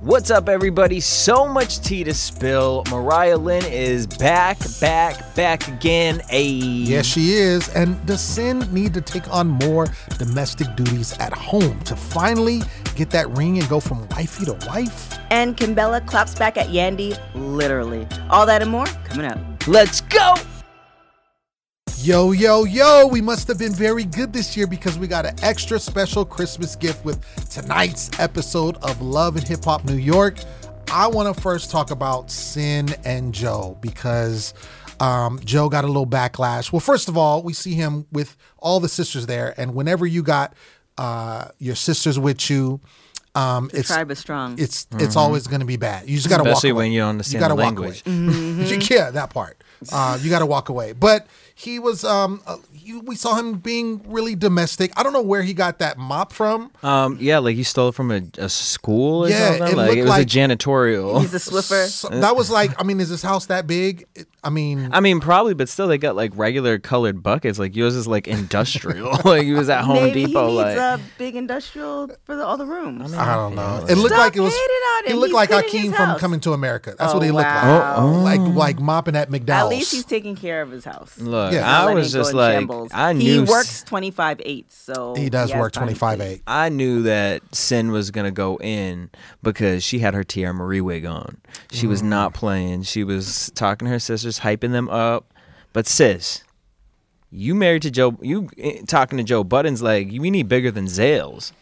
What's up, everybody? So much tea to spill. Mariah Lynn is back, back, back again. A Yes, she is. And does Sin need to take on more domestic duties at home to finally get that ring and go from wifey to wife? And Kimbella claps back at Yandy, literally. All that and more coming up. Let's go. Yo, yo, yo, we must have been very good this year because we got an extra special Christmas gift with tonight's episode of Love and Hip Hop New York. I want to first talk about Sin and Joe because um, Joe got a little backlash. Well, first of all, we see him with all the sisters there, and whenever you got uh, your sisters with you, um, it's Tribe is strong. it's it's always going to be bad. You just got to Mm-hmm. walk Especially away. when you don't understand gotta the walk language. away. Mm-hmm. yeah, that part. Uh, you got to walk away. But he was um uh, you, we saw him being really domestic. I don't know where he got that mop from. Um, yeah, like you stole it from a, a school or Yeah, something. it like looked it was like- a janitorial. He's a Swiffer. So that was like, I mean, is this house that big? It- I mean, uh, I mean, probably, but still, they got like regular colored buckets. Like yours is like industrial. like he was at Home Maybe Depot. he like needs a big industrial for the, all the rooms. I don't know. It looked Stop like it was. hating on He him. looked He's like good in his Hakeem from house. Coming to America. That's Oh, what he looked wow. Oh, oh. like. Like like mopping at at McDonald's. least he's taking care of his house. look, Yeah. Not I letting was it go just in like, shambles. I He knew s- works 25 8, so. he does has work time to twenty five clean. eight. I knew that Sin was gonna go in because she had her Tiara Marie wig on. She Mm-hmm. was not playing. She was talking to her sisters, hyping them up. But sis, you married to Joe. You eh, talking to Joe Buttons like we need bigger than Zales.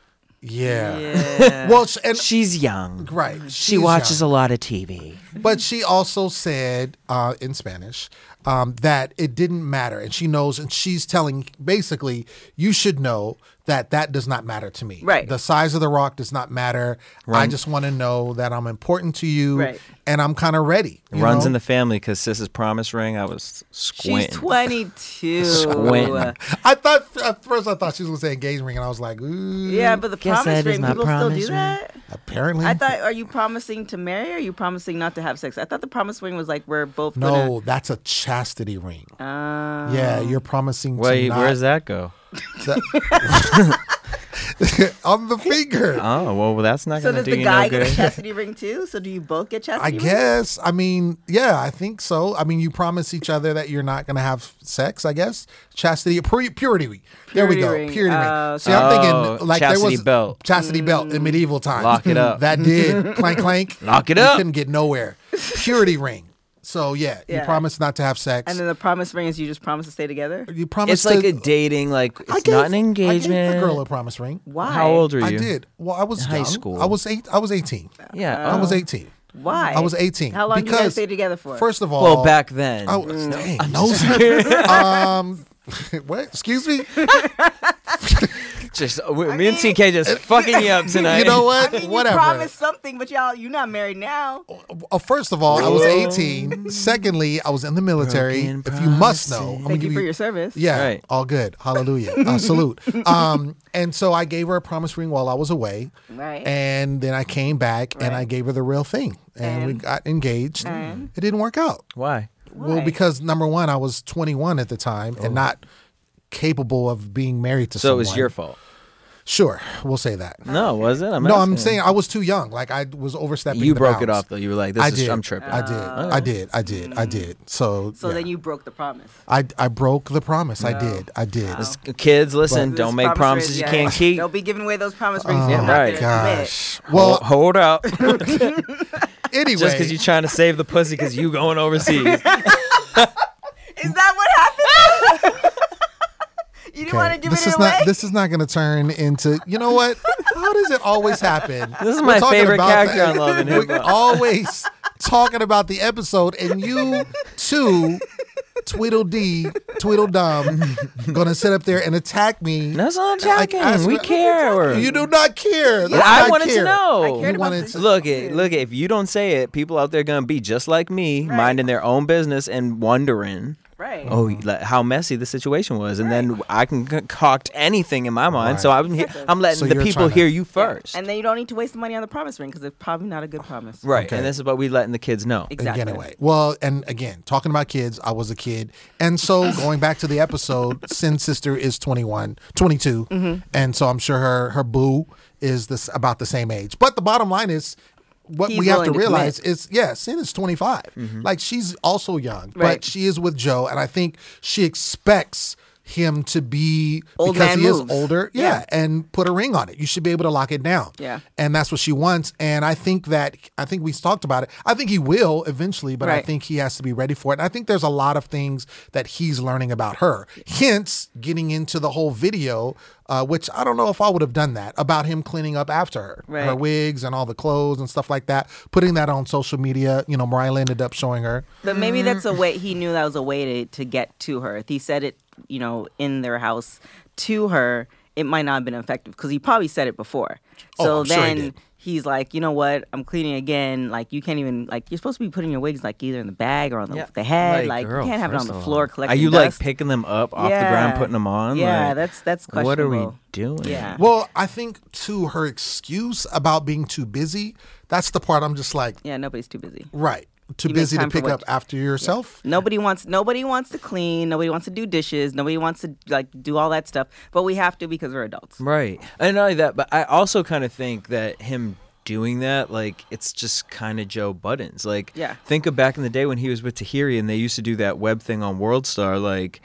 Yeah. Yeah. mm-hmm. Well, sh- and She's young. right. She watches a lot of TV. But she also said uh, in Spanish um, that it didn't matter, and she knows, and she's telling basically, you should know that that does not matter to me. Right. The size of the rock does not matter. I just want to know that I'm important to you, Right. and I'm kind of ready. you Runs know? in the family because sis's promise ring. I was She's squinting. 22. Squinting. I thought at first I thought she was gonna say engagement ring, and I was like, ooh. Yeah, but the Guess promise that is ring, my people promise still do ring. that? Apparently, I thought, are you promising to marry or are you promising not to have sex? I thought the promise ring was like, we're both no, that's a chastity ring. gonna. Uh, yeah, you're promising Wait, to not where's that go? on the finger. Oh well, that's not so gonna does do the you guy no get a good. chastity ring too? So do you both get I chastity rings? guess. I mean, yeah, I think so. I mean, you promise each other that you're not going to have sex, I guess. Chastity, pu- purity. there we Purity go. ring. Purity Oh, Mm. ring. See, I'm Oh, thinking like there chastity was belt. chastity belt in medieval times. Lock it up. that did clank clank. Lock it You up. couldn't get nowhere. Purity ring. So yeah, you Yeah. promise not to have sex. And then the promise ring is you just promise to stay together? you promise. It's like to, a dating. Like I it's gave- not an I gave engagement. the girl a promise ring. Why? How old are you? I did. Well, I was High young. school. I was eight. I was eighteen. Yeah, I oh. was eighteen. Why? I was eighteen. How long did you because guys stay together for? First of all, Well, back then. Oh, dang. nosy. um, what? Excuse me. Just we, me and TK just fucking you up tonight. You know what? I mean, Whatever. you promised something, but y'all, you're not married now. Uh, first of all, I was Really? 18. Secondly, I was in the military. Broken If you must know, promises. I'm gonna Thank you give for your service. Yeah, Right. all good. Hallelujah. Uh, salute. Um, and so I gave her a promise ring while I was away. Right. And then I came back and Right. I gave her the real thing, and, we And? got engaged. And? It didn't work out. Why? Well, Why? because number one, I was 21 at the time and not capable of being married to Oh. So it someone. was your fault. Sure, we'll say that. No, was it? I'm No, I'm asking. saying I was too young. Like I was overstepping. you the broke it bounds. off though. You were like, "This I is did. I'm tripping." Oh. Mm. I did. I did. I did. I did. So. So yeah. then you broke the promise. I I broke the promise. I did. I did. It's- Kids, listen, Those don't make promise promises rings, you yeah. can't keep. They'll be giving away those promise rings. Oh They're my not there to admit. Gosh. Well, Well, hold up. Just anyway, because you're trying to save the pussy because you going overseas. Is that what happened? you didn't okay, want to give this it is away? not. This is not going to turn into. You know what? How does it always happen? This is We're my talking favorite about character the- on Love and Hip We're Hop. always talking about the episode, and you too, Tweedledee, Tweedledum, going to sit up there and attack me. That's all I'm Like, talking. ask we me- care. You do not care. That's I not wanted care. to know. I cared Oh, You about wanted this. to- Look it, look it. If you don't say it, people out there gonna be just like me, minding their own business and wondering. Right. oh like, how messy the situation was and then i can concoct anything in my mind so i'm, he- I'm letting So the you're people trying to- hear you first And then you don't need to waste the money on the promise ring because it's probably not a good promise. right Okay. and this is what we letting the kids know Exactly. Anyway, well, and again, talking about kids, I was a kid. And so going back to the Mm-hmm. episode, Sin Sister is 21, 22. And so I'm sure her her boo is this about the same age. But the bottom line is what He's we have willing to to realize commit. is yeah, Sin is 25. Like she's also young, but Right. she is with Joe and I think she expects him to be Old because man he is moves. older. Yeah. yeah, and put a ring on it. You should be able to lock it down. Yeah. And that's what she wants. And I think that I think we talked about it. I think he will eventually, but I Right. think he has to be ready for it. And I think there's a lot of things that he's learning about her. Hence, getting into the whole video, uh, which I don't know if I would have done that about him cleaning up after her, her Right. wigs and all the clothes and stuff like that. Putting that on social media. You know, Mariah ended up showing her. But maybe that's Mm-hmm. a way he knew that was a way to, to get to her. If he said it, you know, in their house to her, it might not have been effective because he probably said it before. Oh, So I'm sure he then did. he's like, you know what? I'm cleaning again. Like you can't even like you're supposed to be putting your wigs like either in the bag or on the, the head. Like, girl, you can't have it on first the of floor all. collecting Are you dust. like picking them up off the ground, Yeah. putting them on? Yeah, Like, that's that's What are questionable. we doing? Yeah. Well, I think to her excuse about being too busy. That's the part I'm just like, yeah, nobody's too busy. right, too You make busy to time for pick what- up after yourself. Nobody wants nobody wants to clean, nobody wants to do dishes, nobody wants to like do all that stuff, but we have to because we're adults. Right. And not only that, but I also kind of think that him doing that, like, it's just kind of Joe Buttons. Like, Yeah. think of back in the day when he was with Tahiri and they used to do that web thing on WorldStar. Like,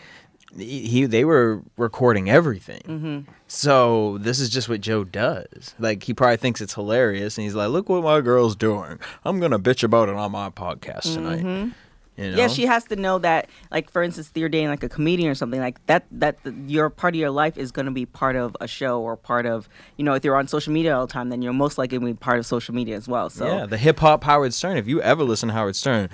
he they were recording everything. Mm-hmm. So this is just what Joe does. Like, he probably thinks it's hilarious and he's like, look what my girl's doing. I'm going to bitch about it on my podcast tonight. You know? Mm-hmm. Yeah, she has to know that, like for instance, you're dating like a comedian or something like that. That the, your part of your life is going to be part of a show or part of you know if you're on social media all the time, then you're most likely going to be part of social media as well. So Yeah, the hip hop Howard Stern. If you ever listen to Howard Stern,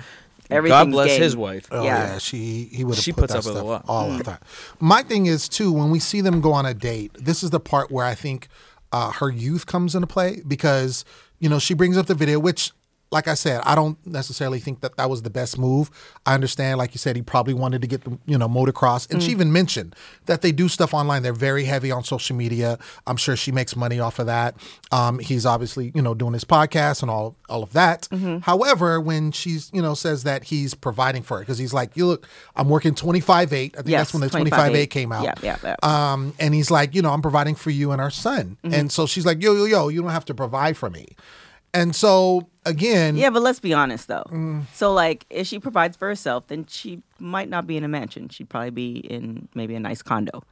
God Everything's bless gay. his wife. Oh yeah, Yeah. she he would have She put puts that up with a stuff lot. all the time. My thing is too when we see them go on a date. This is the part where I think uh, her youth comes into play because you know she brings up the video, which like I said, I don't necessarily think that that was the best move. I understand, like you said, he probably wanted to get the you know motocross, and she Mm. even mentioned that they do stuff online. They're very heavy on social media. I'm sure she makes money off of that. Um, he's obviously you know doing his podcast and all all of that. Mm-hmm. However, when she's you know says that he's providing for her because he's like, you look, I'm working 25 8. I think Yes, that's when the 25 25 8 came out. Yeah, yeah, yeah. Mm-hmm. Um, and he's like, you know, I'm providing for you and our son. And so she's like, yo, yo, yo, you don't have to provide for me. And so again, yeah, but let's be honest though. Mm. So like, if she provides for herself, then she might not be in a mansion. She'd probably be in maybe a nice condo,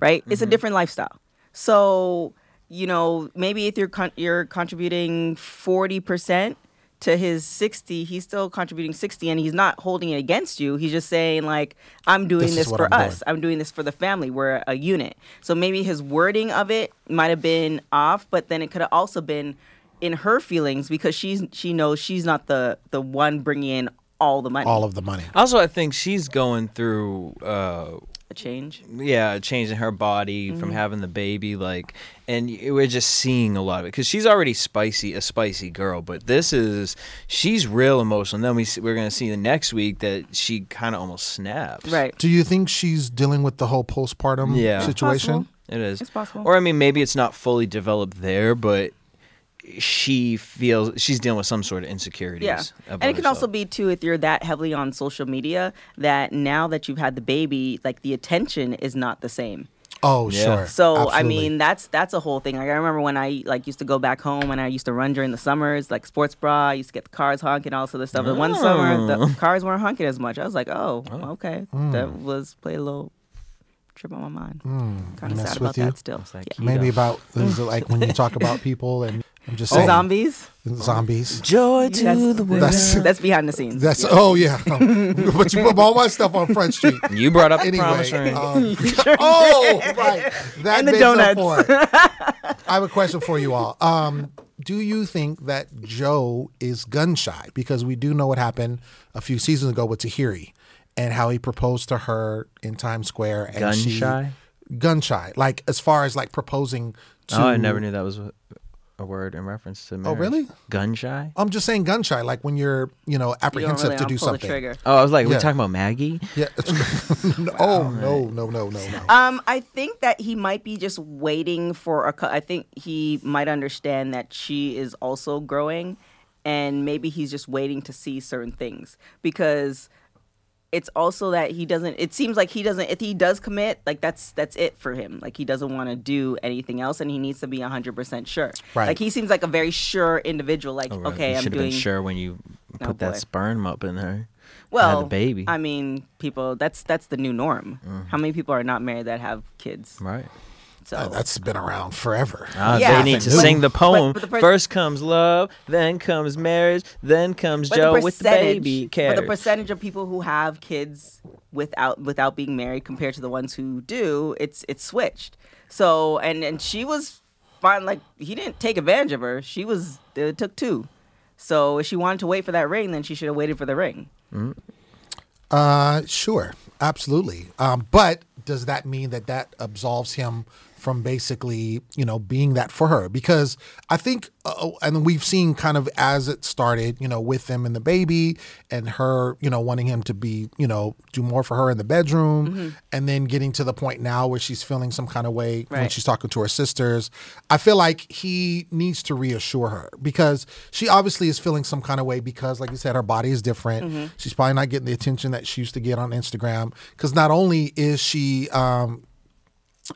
right? It's Mm-hmm. a different lifestyle. So you know, maybe if you're con- you're contributing forty percent to his sixty, he's still contributing sixty, and he's not holding it against you. He's just saying like, I'm doing This is this, what for I'm doing. us. I'm doing this for the family. We're a unit. So maybe his wording of it might have been off, but then it could have also been in her feelings because she's she knows she's not the the one bringing in all the money. all of the money. Also, I think she's going through, uh, a change. yeah, changing her body Mm-hmm. from having the baby, like, and y- we're just seeing a lot of it because she's already spicy, a spicy girl. But this is she's real emotional. And then we s- we're gonna see the next week that she kind of almost snaps. Right. Do you think she's dealing with the whole postpartum Yeah. It's situation? possible. It is. It's possible. Or I mean, maybe it's not fully developed there, but she feels she's dealing with some sort of insecurities. Yeah. about And it can also herself. be too if you're that heavily on social media that now that you've had the baby, like the attention is not the same. Oh, Yeah. sure. So I Absolutely. mean that's that's a whole thing. Like I remember when I like used to go back home and I used to run during the summers, like sports bra. I used to get the cars honking, all this other stuff. And one summer the Oh. cars weren't honking as much. I was like, oh, okay, Hmm. that was played a little trip on my mind. kind Hmm. mess of sad with about you. that still. like Yeah. you maybe about is it like when you talk about people and I'm just Oh, saying zombies. zombies. joy to That's, the world. That's- that's behind the scenes. That's oh yeah, but you put all my stuff on Front Street. You brought up the Anyway, promise ring. um, oh right, that And the makes up donuts. for it. I have a question for you all. Um, do you think that Joe is gun shy? Because we do know what happened a few seasons ago with Tahiri and how he proposed to her in Times Square. And Gun she- shy? Gun shy, like as far as like proposing to. Oh, I never knew that was a- a word in reference to marriage. really? Gun shy? I'm just saying gun shy, like when you're you know you don't apprehensive really to do wanna something. pull the trigger. Oh, I was like, Yeah. we're talking about Maggie? Yeah. No, oh no no no no no. Um, I think that he might be just waiting for a. cou- I think he might understand that she is also growing, and maybe he's just waiting to see certain things because it's also that he doesn't it seems like he doesn't if he does commit like that's that's it for him like he doesn't want to do anything else and he needs to be 100% sure Right. like he seems like a very sure individual like Oh, right. okay you i'm should have doing been sure when you put Oh, that boy. sperm up in her. well had a baby. Mm. i mean people that's that's the new norm how many people are not married that have kids Right. so Uh, that's been around forever. Ah, Yeah. They need to But- sing the poem. but the per- First comes love, then comes marriage, then comes but Joe the with the percentage- baby but carriage. the percentage of people who have kids without without being married compared to the ones who do, it's it's switched. So and and she was fine. Like he didn't take advantage of her. She was it took two. So if she wanted to wait for that ring, then she should have waited for the ring. Uh, sure, absolutely. Um, but does that mean that that absolves him from basically, you know, being that for her? Because I think, uh, and we've seen kind of as it started, you know, with them and the baby, and her, you know, wanting him to be, you know, do more for her in the bedroom, and then getting to the point now where she's feeling some kind of way when Right. she's talking to her sisters. I feel like he needs to reassure her because she obviously is feeling some kind of way because, like you said, her body is different. Mm-hmm. She's probably not getting the attention that she used to get on Instagram because not only is she um,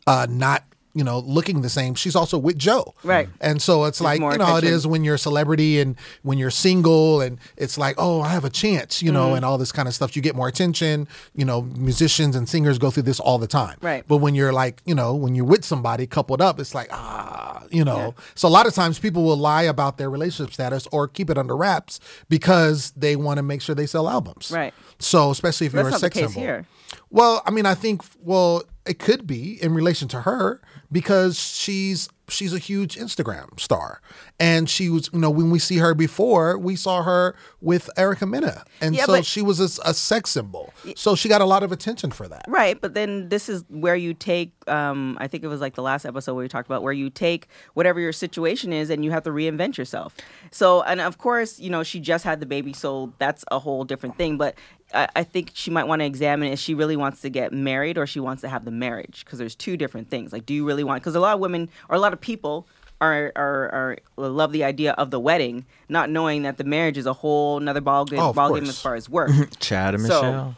uh, not you know looking the same she's also with joe Right. and so it's like more you know how it attention. is when you're a celebrity and when you're single and it's like oh i have a chance you know Mm-hmm. and all this kind of stuff you get more attention you know musicians and singers go through this all the time Right. but when you're like you know when you're with somebody coupled up it's like ah you know so a lot of times people will lie about their relationship status or keep it under wraps because they want to make sure they sell albums Right. so especially if That's you're a not the sex case symbol here. well, I mean, I think well, it could be in relation to her because she's she's a huge Instagram star, and she was you know when we see her before we saw her with Erica Mena, and Yeah, so but- she was a, s- a sex symbol, so she got a lot of attention for that. Right, but then this is where you take. Um, I think it was like the last episode where we talked about where you take whatever your situation is and you have to reinvent yourself. So, and of course, you know she just had the baby, so that's a whole different thing. But I, I think she might want to examine if she really wants to get married or she wants to have the marriage because there's two different things. Like, do you really want? Because a lot of women or a lot of people are, are are love the idea of the wedding, not knowing that the marriage is a whole another ball game, Oh, of ball game course. as far as work. Chad and So- Michelle.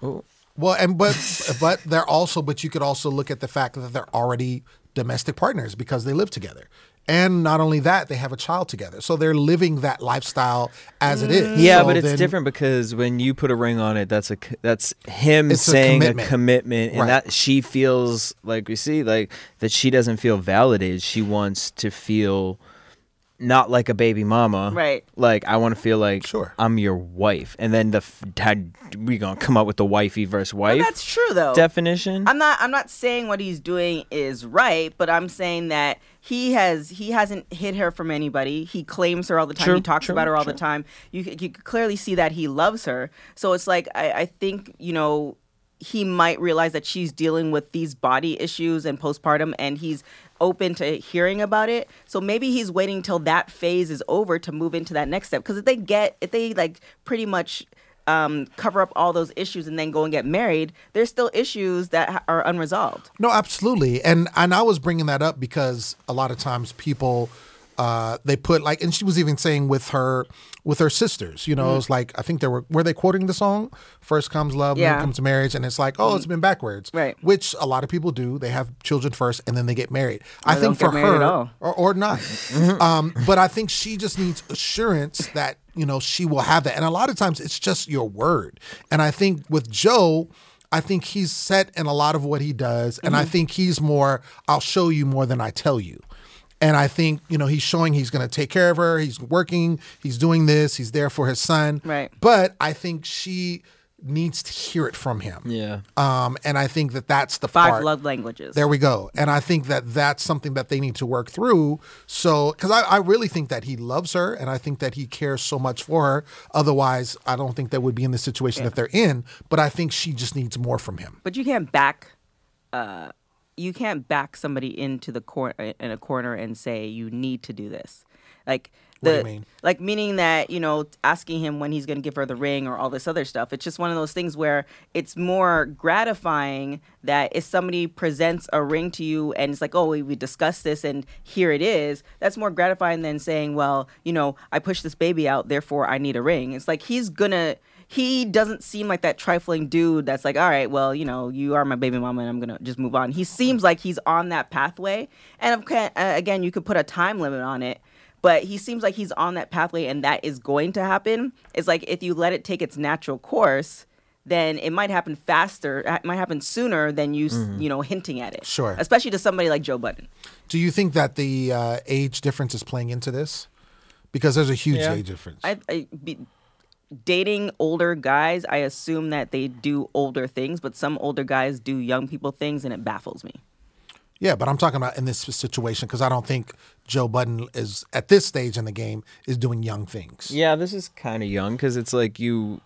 Well, and but but they're also but you could also look at the fact that they're already domestic partners because they live together. And not only that, they have a child together. So they're living that lifestyle as it is. Yeah, So but it's then- different because when you put a ring on it, that's a c- that's him It's a saying a commitment, commitment. and Right. that she feels like we see like that she doesn't feel validated. She wants to feel not like a baby mama, Right. Like I want to feel like Sure. I'm your wife, and then the f- dad, we gonna come up with the wifey versus wife That's true though. definition. I'm not I'm not saying what he's doing is right, but I'm saying that he has he hasn't hid her from anybody. He claims her all the time. True, he talks true, about her all true. the time. You c- you could clearly see that he loves her. So it's like I, I think you know he might realize that she's dealing with these body issues and postpartum, and he's open to hearing about it. So maybe he's waiting till that phase is over to move into that next step. Because if they get if they like pretty much um, cover up all those issues and then go and get married, there's still issues that ha- are unresolved. No, absolutely, and and I was bringing that up because a lot of times people, uh, they put like, and she was even saying with her with her sisters, you know, Mm-hmm. it's like I think they were were they quoting the song "First Comes Love, Yeah. Mm. Then Comes Marriage," and it's like, oh, it's been backwards, Right. Which a lot of people do. They have children first, and then they get married. I they think don't for get married her, at all. or, or not. Mm-hmm. um, but I think she just needs assurance that you know she will have that. And a lot of times it's just your word. And I think with Joe, I think he's set in a lot of what he does, and Mm-hmm. I think he's more. I'll show you more than I tell you. And I think you know he's showing he's going to take care of her. He's working. He's doing this. He's there for his son. Right. But I think she needs to hear it from him. yeah, Um. And I think that that's the Five part. love languages. There we go. And I think that that's something that they need to work through. So, because I, I really think that he loves her and I think that he cares so much for her. Otherwise, I don't think they would be in the situation that they're in. But I think she just needs more from him. but you can't back uh, you can't back somebody into the cor- in a corner and say you need to do this like the do you mean? like meaning that you know asking him when he's going to give her the ring or all this other stuff it's just one of those things where it's more gratifying that if somebody presents a ring to you and it's like oh we, we discussed this and here it is that's more gratifying than saying well you know i pushed this baby out therefore i need a ring it's like he's gonna he doesn't seem like that trifling dude that's like, all right, well, you know, you are my baby mama, and I'm gonna just move on. He seems like he's on that pathway, and of ca- uh, again, you could put a time limit on it, but he seems like he's on that pathway, and that is going to happen. It's like if you let it take its natural course, then it might happen faster, it might happen sooner than you, s you know, hinting at it. Sure. especially to somebody like Joe Budden. Do you think that the uh, age difference is playing into this? Because there's a huge Yeah. age difference. I, I be, dating older guys, I assume that they do older things, but some older guys do young people things, and it baffles me. yeah, but I'm talking about in this situation because I don't think Joe Budden is at this stage in the game is doing young things. Yeah, this is kind of young because it's like you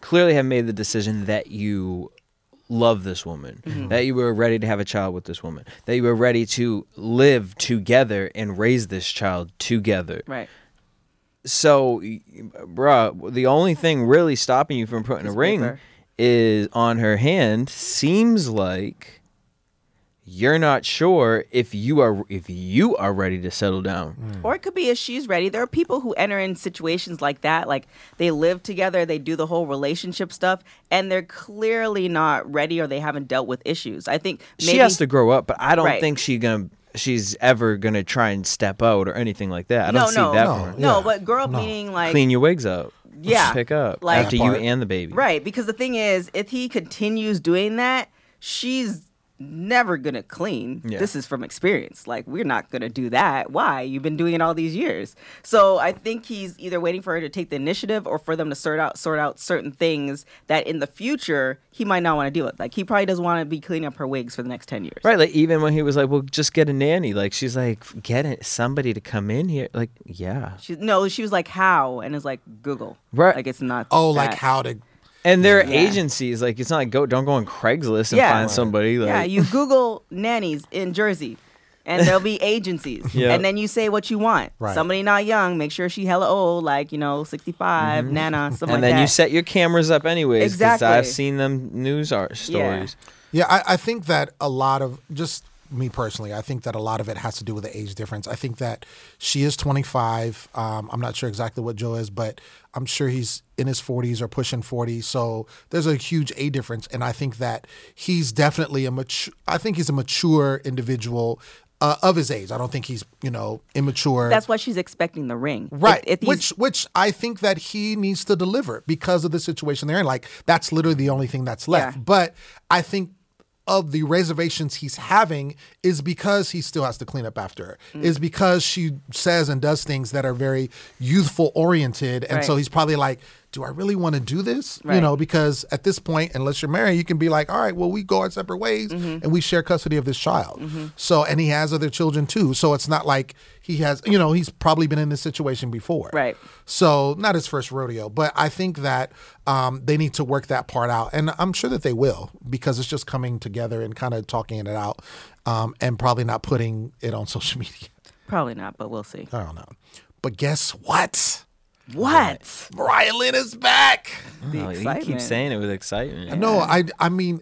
clearly have made the decision that you love this woman, Mm-hmm. that you were ready to have a child with this woman, that you were ready to live together and raise this child together. Right. So, y- bruh, the only thing really stopping you from putting a ring paper. is on her hand. Seems like you're not sure if you are if you are ready to settle down. Or it could be if she's ready. There are people who enter in situations like that, like they live together, they do the whole relationship stuff, and they're clearly not ready or they haven't dealt with issues. I think maybe she has to grow up, but I don't Right. think she gonna she's ever gonna try and step out or anything like that. I no, don't see no, that. no, for her. yeah. but grow up No. meaning like Clean your wigs up. Yeah, pick up like- after you That part. and the baby. Right, because the thing is, if he continues doing that, she's never gonna clean. Yeah. This is from experience. Like, we're not gonna do that. Why? You've been doing it all these years. So I think he's either waiting for her to take the initiative or for them to sort out sort out certain things that in the future he might not want to deal with. Like he probably doesn't want to be cleaning up her wigs for the next ten years. Right, like even when he was like, "Well, just get a nanny," like she's like, "Get it, somebody to come in here." Like, yeah, She, no, she was like, "How?" and it's like Google. Right. Like it's not. Oh, like that. how to and there are Yeah. agencies. Like, it's not like go, don't go on Craigslist and Yeah. find somebody. Like, yeah, you Google nannies in Jersey, and there'll be agencies, Yeah. and then you say what you want. Right. Somebody not young, make sure she hella old, like you know, sixty nana, something Mm-hmm. and then like that. you set your cameras up anyways. 'cause Exactly. I've seen them news art Yeah. stories. Yeah, I, I think that a lot of just me personally, I think that a lot of it has to do with the age difference. I think that she is 25. Um, I'm not sure exactly what Joe is, but I'm sure he's in his 40s or pushing 40. So there's a huge age difference, and I think that he's definitely a mature. I think he's a mature individual. Uh, of his age, I don't think he's you know immature. That's why she's expecting the ring, If- Right. If, he's- which which I think that he needs to deliver because of the situation they're in. Like that's literally the only thing that's left. Yeah. But I think of the reservations he's having is because he still has to clean up after her. Mm. Is because she says and does things that are very youthful oriented. And so Right. he's probably like, Do I really want to do this? You Right. know, because at this point, unless you're married, you can be like, All right, well, we go our separate ways Mm-hmm. and we share custody of this child. So and he has other children too. So it's not like he has you know, he's probably been in this situation before. Right. So not his first rodeo, but I think that um, they need to work that part out, and I'm sure that they will because it's just coming together and kind of talking it out, um, and probably not putting it on social media. probably not, but we'll see. I don't know, but guess what? What? Mariah Lynn is back. The Like, Oh, you keep excitement. saying it with excitement. No, I I mean.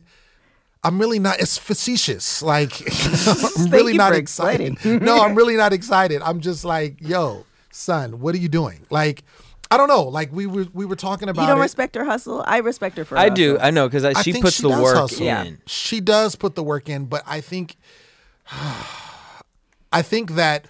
I'm really not. It's facetious. Like I'm really you not for excited. no, I'm really not excited. I'm just like, yo, son, what are you doing? Like, I don't know. Like we were we were talking about. You don't it. respect her hustle. I respect her for. her I do. hustle. I know because I she think puts she the does work hustle. in. Yeah. she does put the work in, but I think I think that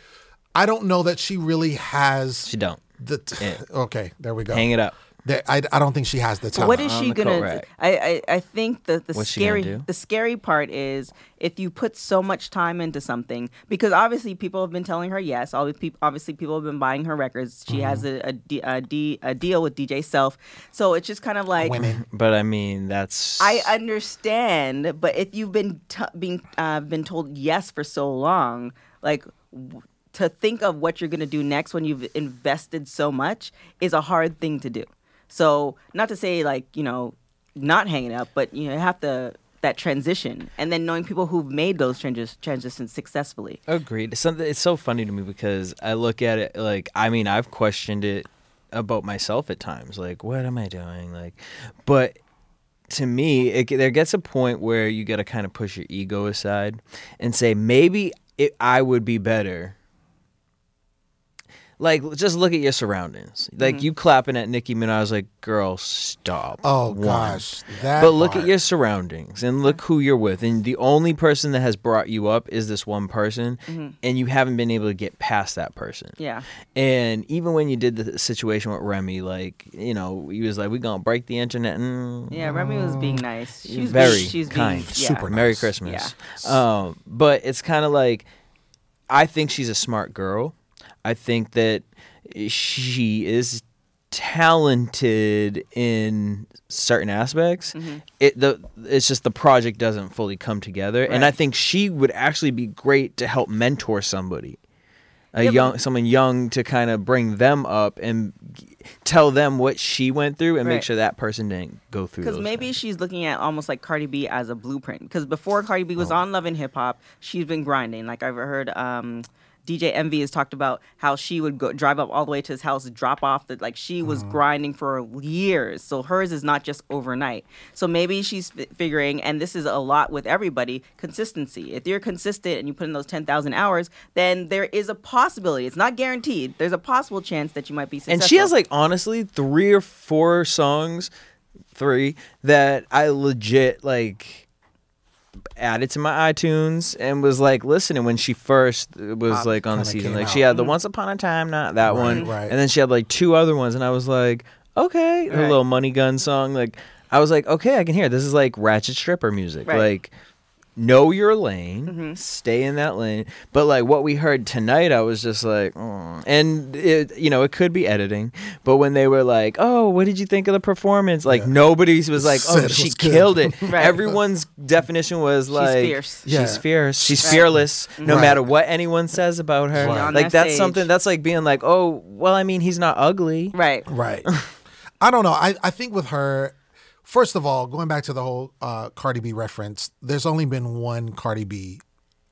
I don't know that she really has She don't. the t- okay, there we go. Hang it up. There- I, I don't think she has the time. What is she the gonna? coat rack. I, I I think the the What's she gonna scary do? the scary part is if you put so much time into something because obviously people have been telling her yes. All the peop- obviously people have been buying her records. She has a Mm-hmm. a, de- a, de- a deal with DJ Self, so it's just kind of like winning? But I mean, that's I understand, but if you've been t- being uh, been told yes for so long, like w- to think of what you're gonna do next when you've invested so much is a hard thing to do. So not to say like you know not hanging up, but you know you have to that transition, and then knowing people who've made those transis- transitions successfully. Agreed. It's Something it's so funny to me because I look at it like I mean I've questioned it about myself at times. Like, what am I doing? Like, but to me, it, there gets a point where you got to kind of push your ego aside and say maybe it, I would be better. Like, just look at your surroundings. Like, you clapping at Nicki Minaj, like, girl, stop. Oh One. gosh, that. But look at part. your surroundings and look who you're with. And the only person that has brought you up is this one person, Mm-hmm. and you haven't been able to get past that person. Yeah. And even when you did the situation with Remy, like, you know, he was like, we going to break the internet. Mm, And Yeah, Remy was being nice. She was very being, she's kind, being, yeah. super Merry nice. Christmas. Um, but it's kind of like I think she's a smart girl. I think that she is talented in certain aspects. Mm-hmm. It the it's just the project doesn't fully come together, and I Right. think she would actually be great to help mentor somebody. A Yeah, but- young, someone young to kind of bring them up and g- tell them what she went through and make Right. sure that person didn't go through. Because those maybe things. she's looking at almost like Cardi B as a blueprint. Because before Cardi B Oh. was on Love and Hip Hop, she's been grinding. Like I've heard um, DJ Envy has talked about how she would go drive up all the way to his house, drop off that like she was Uh-huh. grinding for years. So hers is not just overnight. So maybe she's fi- figuring, and this is a lot with everybody, consistency. If you're consistent and you put in those ten thousand hours, then there is a possibility. It's not guaranteed. There's a possible chance that you might be successful. and she has like honestly three or four songs three that i legit like added to my itunes and was like listening when she first uh, was like on the kinda season came like she out. had the once upon a time not that Right, one right. and then she had like two other ones and i was like okay her Right. little money gun song like i was like okay i can hear it. this is like ratchet stripper music Right. like know your lane, Mm-hmm. stay in that lane. But like what we heard tonight, I was just like, "Mm." and it, you know, it could be editing. But when they were like, "Oh, what did you think of the performance?" Like nobody was like, Said "Oh, it she was good." killed it." Right. Everyone's definition was like, fierce. She's Yeah. fierce. She's fearless. No Right. matter what anyone says about her, Right. On like that that's stage. something that's like being like, "Oh, well, I mean, he's not ugly." right. Right. I don't know. I, I think with her, first of all, going back to the whole uh, Cardi B reference, there's only been one Cardi B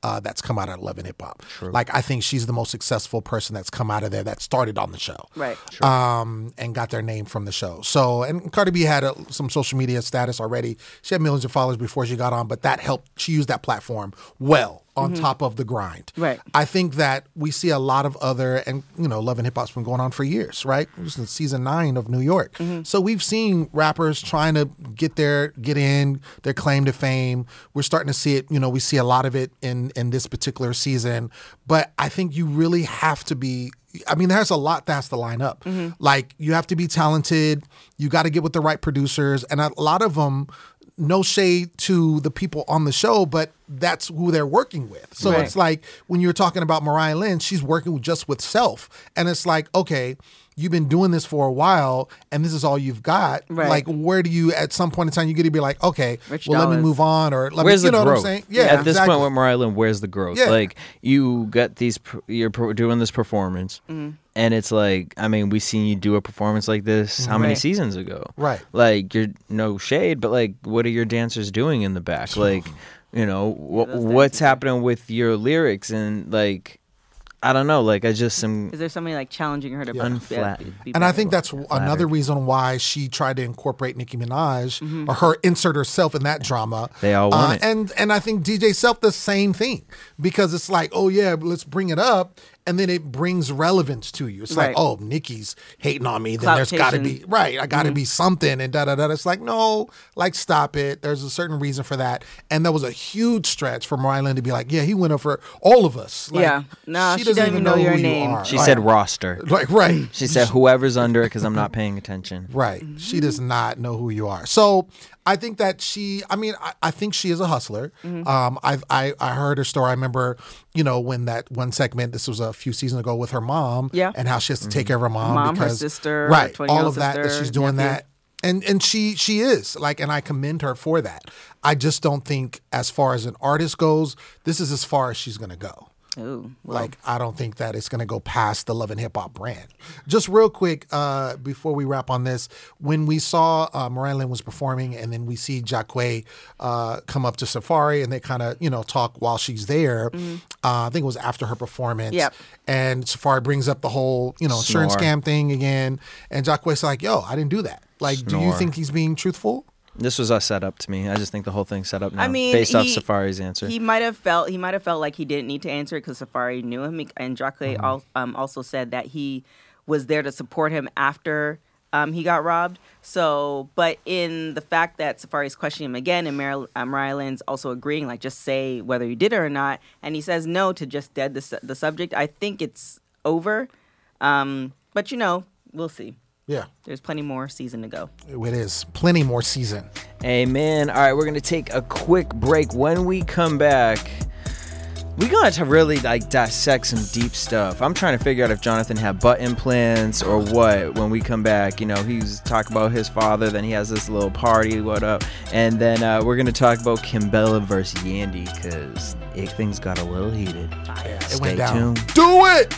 uh, that's come out of Love and Hip Hop. Like, I think she's the most successful person that's come out of there that started on the show. Right. Um, and got their name from the show. So, and Cardi B had a, some social media status already. She had millions of followers before she got on, but that helped. She used that platform well on top of the grind. Mm-hmm. Right. I think that we see a lot of other, and you know, Love and Hip Hop's been going on for years, right? Since season nine of New York. So we've seen rappers trying to get their get in their claim to fame. We're starting to see it. You know, we see a lot of it in in this particular season. But I think you really have to be. I mean, there's a lot that has to line up. Like you have to be talented. You got to get with the right producers, and a lot of them no shade to the people on the show, but that's who they're working with. So Right. it's like when you're talking about Mariah Lynn, she's working just with self. And it's like, okay, you've been doing this for a while and this is all you've got. Right. Like, where do you, at some point in time, you get to be like, okay, Rich well, let me dollars. move on or let Where's me, you the know growth? what I'm saying? Yeah. At this exactly. point with Mariah Lynn, where's the growth? Yeah. Like you got these, pr- you're pro- doing this performance, Mm-hmm. and it's like, I mean, we seen you do a performance like this how many Right. seasons ago? Right. Like you're no shade, but like, what are your dancers doing in the back? Like, you know, wh- those what's dancers are- happening with your lyrics and like, I don't know. Like I just am. Is there somebody like challenging her to Yeah. be- Unflat- be- be and I better? think that's another reason why she tried to incorporate Nicki Minaj or her insert herself in that drama. Uh, They all want it. and and I think DJ Self the same thing because it's like, oh yeah, let's bring it up, and then it brings relevance to you. It's like, Right. oh, Nicki's hating on me, then Clout there's got to chasing. be right. I got to be something, and da da da. It's like, no, like stop it. There's a certain reason for that, and that was a huge stretch for Mariah Lynn to be like, yeah, he went up for all of us. Like, Yeah. No, she doesn't even know your who you name. are. She Like- said roster. like right. She said whoever's under it because I'm not paying attention. Mm-hmm. Right. She does not know who you are. So I think that she, I mean, I, I think she is a hustler. Mm-hmm. Um, I, I, I heard her story. I remember, you know, when that one segment, this was a few seasons ago with her mom Yeah. and how she has to take care of her mom. Mom, her because, sister, her Right. 20-year-old All of that, that sister, she's doing nephew. that. And, and she she is like and I commend her for that. I just don't think as far as an artist goes, this is as far as she's gonna go. Ooh, well, Like, I don't think that it's going to go past the Love and Hip Hop brand. Just real quick, uh, before we wrap on this, when we saw uh, Mariah Lynn was performing, and then we see Jacque uh, come up to Safari, and they kind of, you know, talk while she's there. Uh, I think it was after her performance. Mm-hmm. Yep. And Safari brings up the whole, you know, insurance Snore. scam thing again. And Jacque's like, yo, I didn't do that. Like, do you Snore. think he's being truthful? This was us set up to me. I just think the whole thing's set up now. I mean, based off he- Safari's answer. He might have felt he might have felt like he didn't need to answer it because Safari knew him, He- and Drake Mm-hmm. al um, also said that he was there to support him after um, he got robbed. So, but in the fact that Safari's questioning him again, and Mar- uh, Mariah Lynn's also agreeing, like just say whether you did it or not, and he says no to just dead the su- the subject. I think it's over, um, but you know we'll see. Yeah, There's plenty more season to go. it is. Plenty more season. Amen. All right, we're gonna take a quick break. When we come back, we got to really like dissect some deep stuff. I'm trying to figure out if Jonathan had butt implants or what. When we come back, you know, he's talking about his father. Then he has this little party. What up? And then uh, we're gonna talk about Kimbella versus Yandy because things got a little heated. Ah, It Stay went down. tuned. Do it.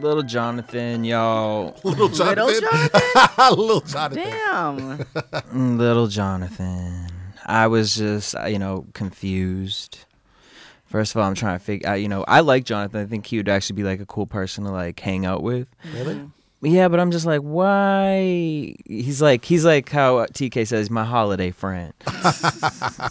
little Jonathan, y'all. Little Jonathan. Little Jonathan. Damn. Mm, Little Jonathan, I was just, uh, you know, confused. First of all, I'm trying to figure out, you know, I like Jonathan. I think he would actually be like a cool person to like hang out with. Really? Yeah, but I'm just like, why? He's like, he's like how TK says, my holiday friend.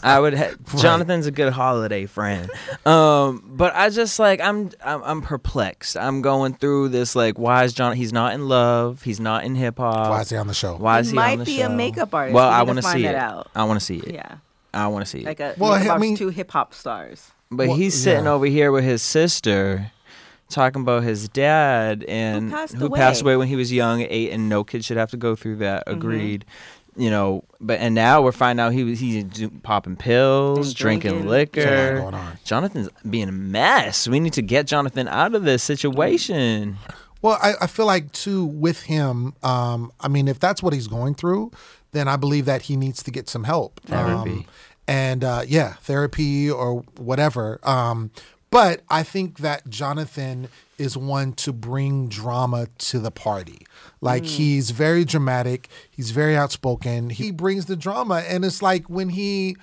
I would. Ha- Jonathan's a good holiday friend. Um, but I just like I'm, I'm I'm perplexed. I'm going through this like, why is John? He's not in love. He's not in hip hop. Why is he on the show? Why is He he on might the be a show? makeup artist. Well, We I need to want to find see that it. out. I want to see it. yeah. I want to see it. like a Well, I about mean- two hip hop stars. but Well, he's sitting yeah. over here with his sister, talking about his dad and passed away. Mm-hmm. away when he was young, eight, and no kid should have to go through that. Agreed. You know, but and now we're finding out he was he's do- popping pills, And drinking, drinking. There's liquor. a lot going on. Jonathan's being a mess. We need to get Jonathan out of this situation. Well, I, I feel like too with him. Um, I mean, if that's what he's going through, then I believe that he needs to get some help. Um, Therapy. and uh, yeah, therapy or whatever. Um, but I think that Jonathan is one to bring drama to the party. Like Mm. he's very dramatic. He's very outspoken. He brings the drama, and it's like when he.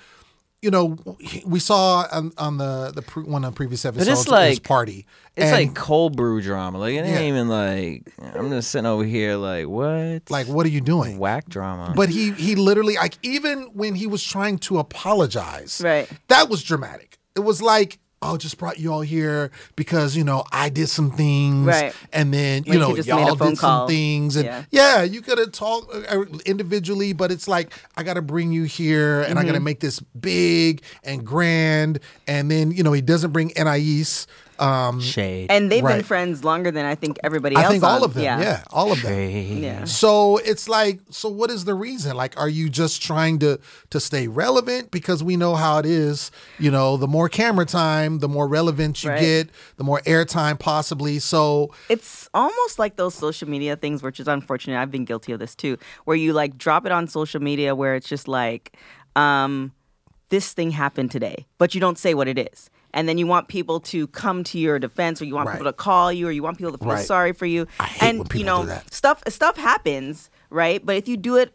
You know, he- we saw on, on the the pre, one of the previous episodes his like- party. It's and- like cold brew drama. Like it ain't Yeah. even like I'm just sitting over here like what? like, what are you doing? whack drama. But he he literally like even when he was trying to apologize, Right. That was dramatic. It was like, oh, just brought you all here because you know I did some things, Right. And then you Like, you know just made a y'all phone did some call. things, and yeah, Yeah. you could have talked uh, uh, individually, but it's like I got to bring you here, and I got to Mm-hmm. make this big and grand, and then you know he doesn't bring Anais. Mm-hmm. Um, shade. And they've been Right. friends longer than I think everybody I else. think all on- of them, yeah, all of them. Shade. Yeah. So it's like, so what is the reason? Like, are you just trying to to stay relevant? Because we know how it is. You know, the more camera time, the more relevant you Right. get, the more airtime possibly. So It's almost like those social media things, which is unfortunate. I've been guilty of this too, where you like drop it on social media where it's just like, um, this thing happened today, but you don't say what it is. And then you want people to come to your defense, or you want Right. people to call you, or you want people to feel Right. sorry for you. I hate and when people you know, do that. stuff stuff happens, right? But if you do it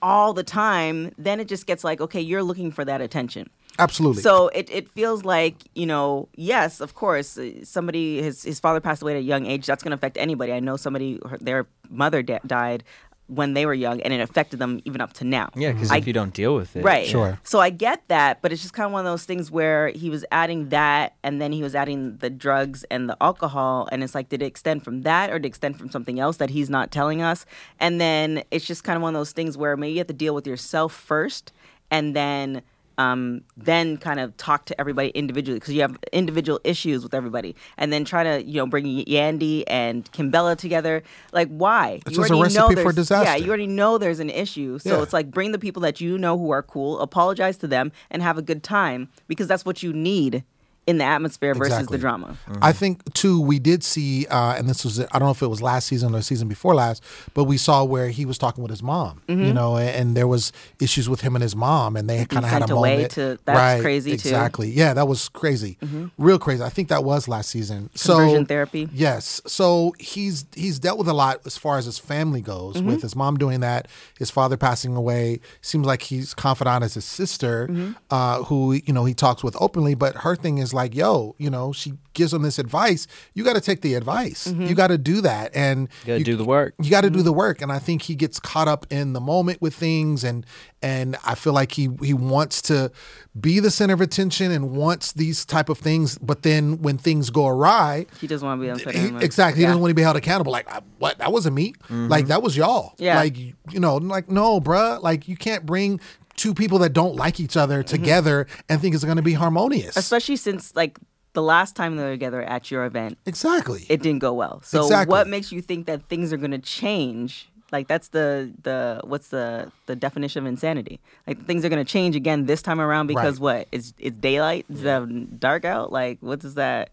all the time, then it just gets like, okay, you're looking for that attention. absolutely, So it, it feels like, you know, yes, of course, uh, somebody, his, his father passed away at a young age. That's going to affect anybody. I know somebody, her, their mother da- died when they were young and it affected them even up to now. Yeah, because I- if you don't deal with it, Right. Sure. So I get that, but it's just kind of one of those things where he was adding that and then he was adding the drugs and the alcohol. And it's like, did it extend from that or did it extend from something else that he's not telling us? And then it's just kind of one of those things where maybe you have to deal with yourself first and then. Um, then kind of talk to everybody individually because you have individual issues with everybody, and then try to you know bring Yandy and Kimbella together. Like why? It's you just a already know recipe for there's- Yeah, disaster. you already know there's an issue, so Yeah. it's like like bring the people that you know who are cool, apologize to them, and have a good time because that's what you need in the atmosphere versus Exactly. the drama. I think too we did see, uh, and this was I don't know if it was last season or season before last, but we saw where he was talking with his mom, Mm-hmm. you know, and, and there was issues with him and his mom, and they kind of had a sent away moment. to- that's crazy, too. Mm-hmm. Exactly, yeah, that was crazy, real crazy. I think that was last season. so Conversion therapy. Yes. So he's he's dealt with a lot as far as his family goes, with his mom doing that, his father passing away. Seems like he's confidant as his sister, uh, who you know he talks with openly. But her thing is like, yo, you know, she gives him this advice. You got to take the advice. You got to do that, and Gotta you- do the work. you got to do the work and i think he gets caught up in the moment with things and and i feel like he he wants to be the center of attention and wants these type of things but then when things go awry He doesn't want to be on set. he- anymore. exactly he Yeah. doesn't want to be held accountable like I, what that wasn't me Mm-hmm. like that was y'all Yeah. like you know like no bruh like you can't bring two people that don't like each other Mm-hmm. together and think it's going to be harmonious Especially since like the last time they were together at your event, exactly it didn't go well. So Exactly. what makes you think that things are going to change? Like that's the the what's the the definition of insanity? Like things are going to change again this time around because what? It's it's daylight instead of dark out. Like what does that?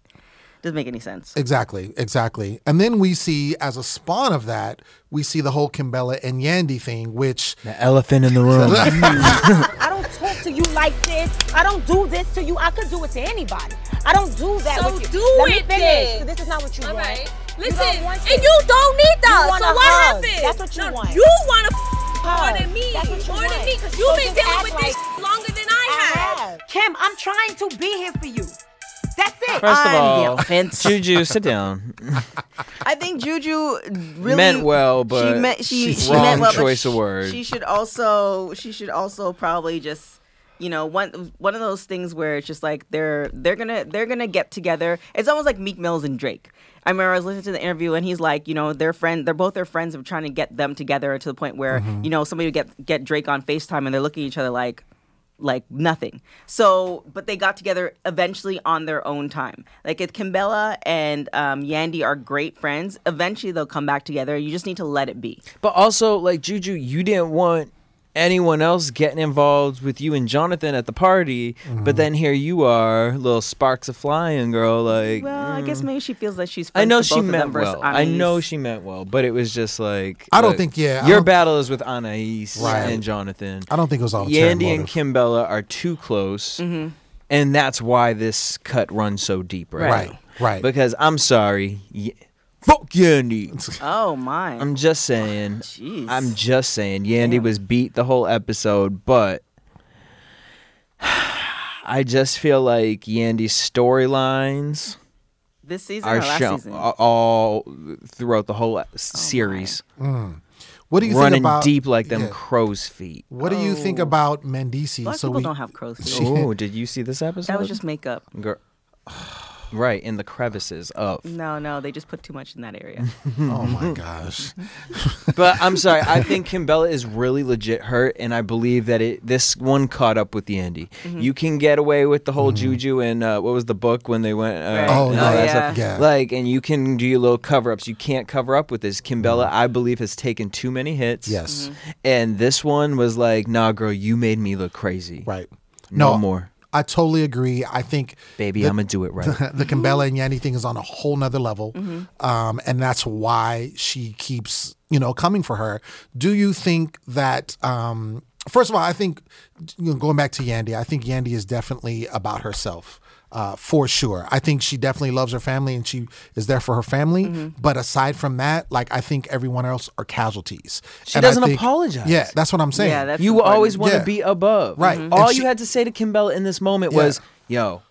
Doesn't make any sense. Exactly, exactly. And then we see, as a spawn of that, we see the whole Kimbella and Yandy thing, which The elephant in the room. I don't talk to you like this. I don't do this to you. I could do it to anybody. I don't do that So with you. do Let it me finish. then. 'cause This is not what you All want. right. You Listen, don't want and this. you don't need that. You want so a what hug. happened? That's what you No, want. You want to more Hug. than me. That's what you more than want. me, because So you've been just dealing act with like this longer than I, have. Kim, I'm trying to be here for you. That's it. First of I'm the all, offense. Juju, sit down. I think Juju really Meant well, but she meant she, she's she wrong meant well, but choice of she- word. She should also she should also probably just you know one one of those things where it's just like they're they're gonna they're gonna get together. It's almost like Meek Mills and Drake. I remember I was listening to the interview and he's like, you know, their friend, they're both their friends of trying to get them together to the point where Mm-hmm. you know somebody would get get Drake on Facetime and they're looking at each other like like nothing. So, but they got together eventually on their own time. Like if Kimbella and um, Yandy are great friends, eventually they'll come back together. You just need to let it be. But also, like Juju, you didn't want anyone else getting involved with you and Jonathan at the party. Mm-hmm. But then here you are, little sparks of flying, girl. Like Well, I guess maybe she feels that she's. Friends Mm. I know to she both of them meant versus well. I Anais. know she meant well, but it was just like I don't look, think- yeah, I Your don't- battle is with Anais Right. and Jonathan. I don't think it was all terrible. Yandy and Kimbella are too close, Mm-hmm. and that's why this cut runs so deep, right? Right, now. right. Because I'm sorry, y- fuck Yandy. Oh my! I'm just saying. Jeez. I'm just saying. Yandy was beat the whole episode, but I just feel like Yandy's storylines this season or are last shown season? Oh all throughout the whole s- series, What do you think running about deep like them yeah. crow's feet. What do you think about Mendici? Oh. Black people don't have crow's feet. Oh, did you see this episode? That was just makeup. Girl. Right, in the crevices of. No, no, they just put too much in that area. Mm-hmm. Oh my gosh! But I'm sorry, I think Kimbella is really legit hurt, and I believe that it this one caught up with the Andy. You can get away with the whole juju and uh, what was the book when they went? Uh, Right. Mm-hmm. Oh, and yeah. all that Oh, stuff. yeah. Yeah. Like, and you can do your little cover ups. You can't cover up with this. Kimbella, I believe, has taken too many hits. Mm-hmm. Yes. Mhm. And this one was like, nah, girl, you made me look crazy. Right. No more. I totally agree. I think Baby, the- I'm going to do it right. the Kimbella and Yandy thing is on a whole nother level. Mm-hmm. Um, and that's why she keeps, you know, coming for her. Do you think that, um, first of all, I think, you know, going back to Yandy, I think Yandy is definitely about herself. Uh, for sure. I think she definitely loves her family and she is there for her family. Mm-hmm. But aside from that, like, I think everyone else are casualties. She And I doesn't think- apologize. Yeah, that's what I'm saying. yeah, that's you will important. always want to Yeah. be above. Mm-hmm. Right. Mhm. All And you she- had to say to Kimbella in this moment Yeah. Mm-hmm. was, yo,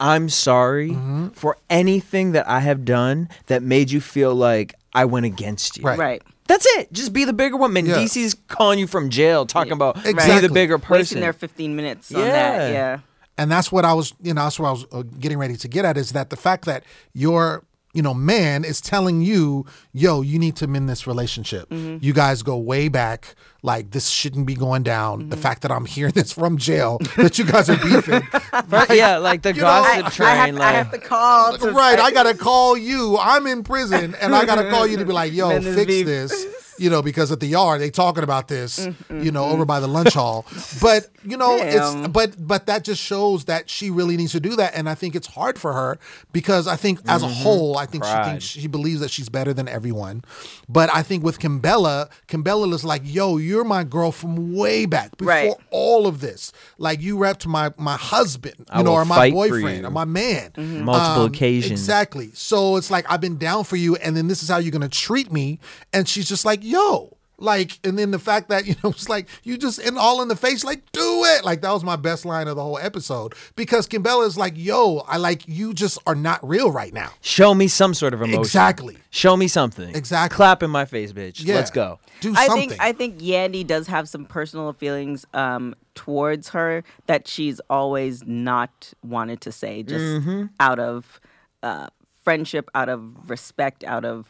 I'm sorry for anything that I have done that made you feel like I went against you. Right. right. That's it. Just be the bigger one. Mendici's calling you from jail, talking about be Exactly. the bigger Wasting person. their 15 minutes on that. Yeah. Yeah. and that's what I was, you know, that's what I was uh, getting ready to get at is that the fact that your, you know, man is telling you, yo, you need to mend this relationship. You guys go way back. Like this shouldn't be going down. The fact that I'm hearing this from jail, that you guys are beefing. Right? yeah, like the know, gossip I- I train. I have, like, I have to call. to- right, I gotta call you. I'm in prison, and I gotta call you to be like, yo, Mend this fix beef. this. you know, because at the yard they talking about this, you know, over by the lunch hall. But you know, it's Damn. but but that just shows that she really needs to do that, and I think it's hard for her because I think as Mm-hmm. a whole, I think she thinks she believes that she's better than everyone. But I think with Kimbella, Kimbella is like, "Yo, you're my girl from way back before Right. all of this. Like you repped my my husband, you I know, will or my fight for boyfriend, you." Mm-hmm. or my man." Multiple occasions. Um, Exactly. So it's like I've been down for you, and then this is how you're gonna treat me. And she's just like, yo. Like, and then the fact that, you know, it's like you just in all in the face, like, do it. Like, that was my best line of the whole episode. Because Kimbella is like, yo, I like you just are not real right now. Show me some sort of emotion. Exactly. Show me something. Exactly. Clap in my face, bitch. Yeah. Let's go. Do I something. think I think Yandy does have some personal feelings um, towards her that she's always not wanted to say, just out of uh, friendship, out of respect, out of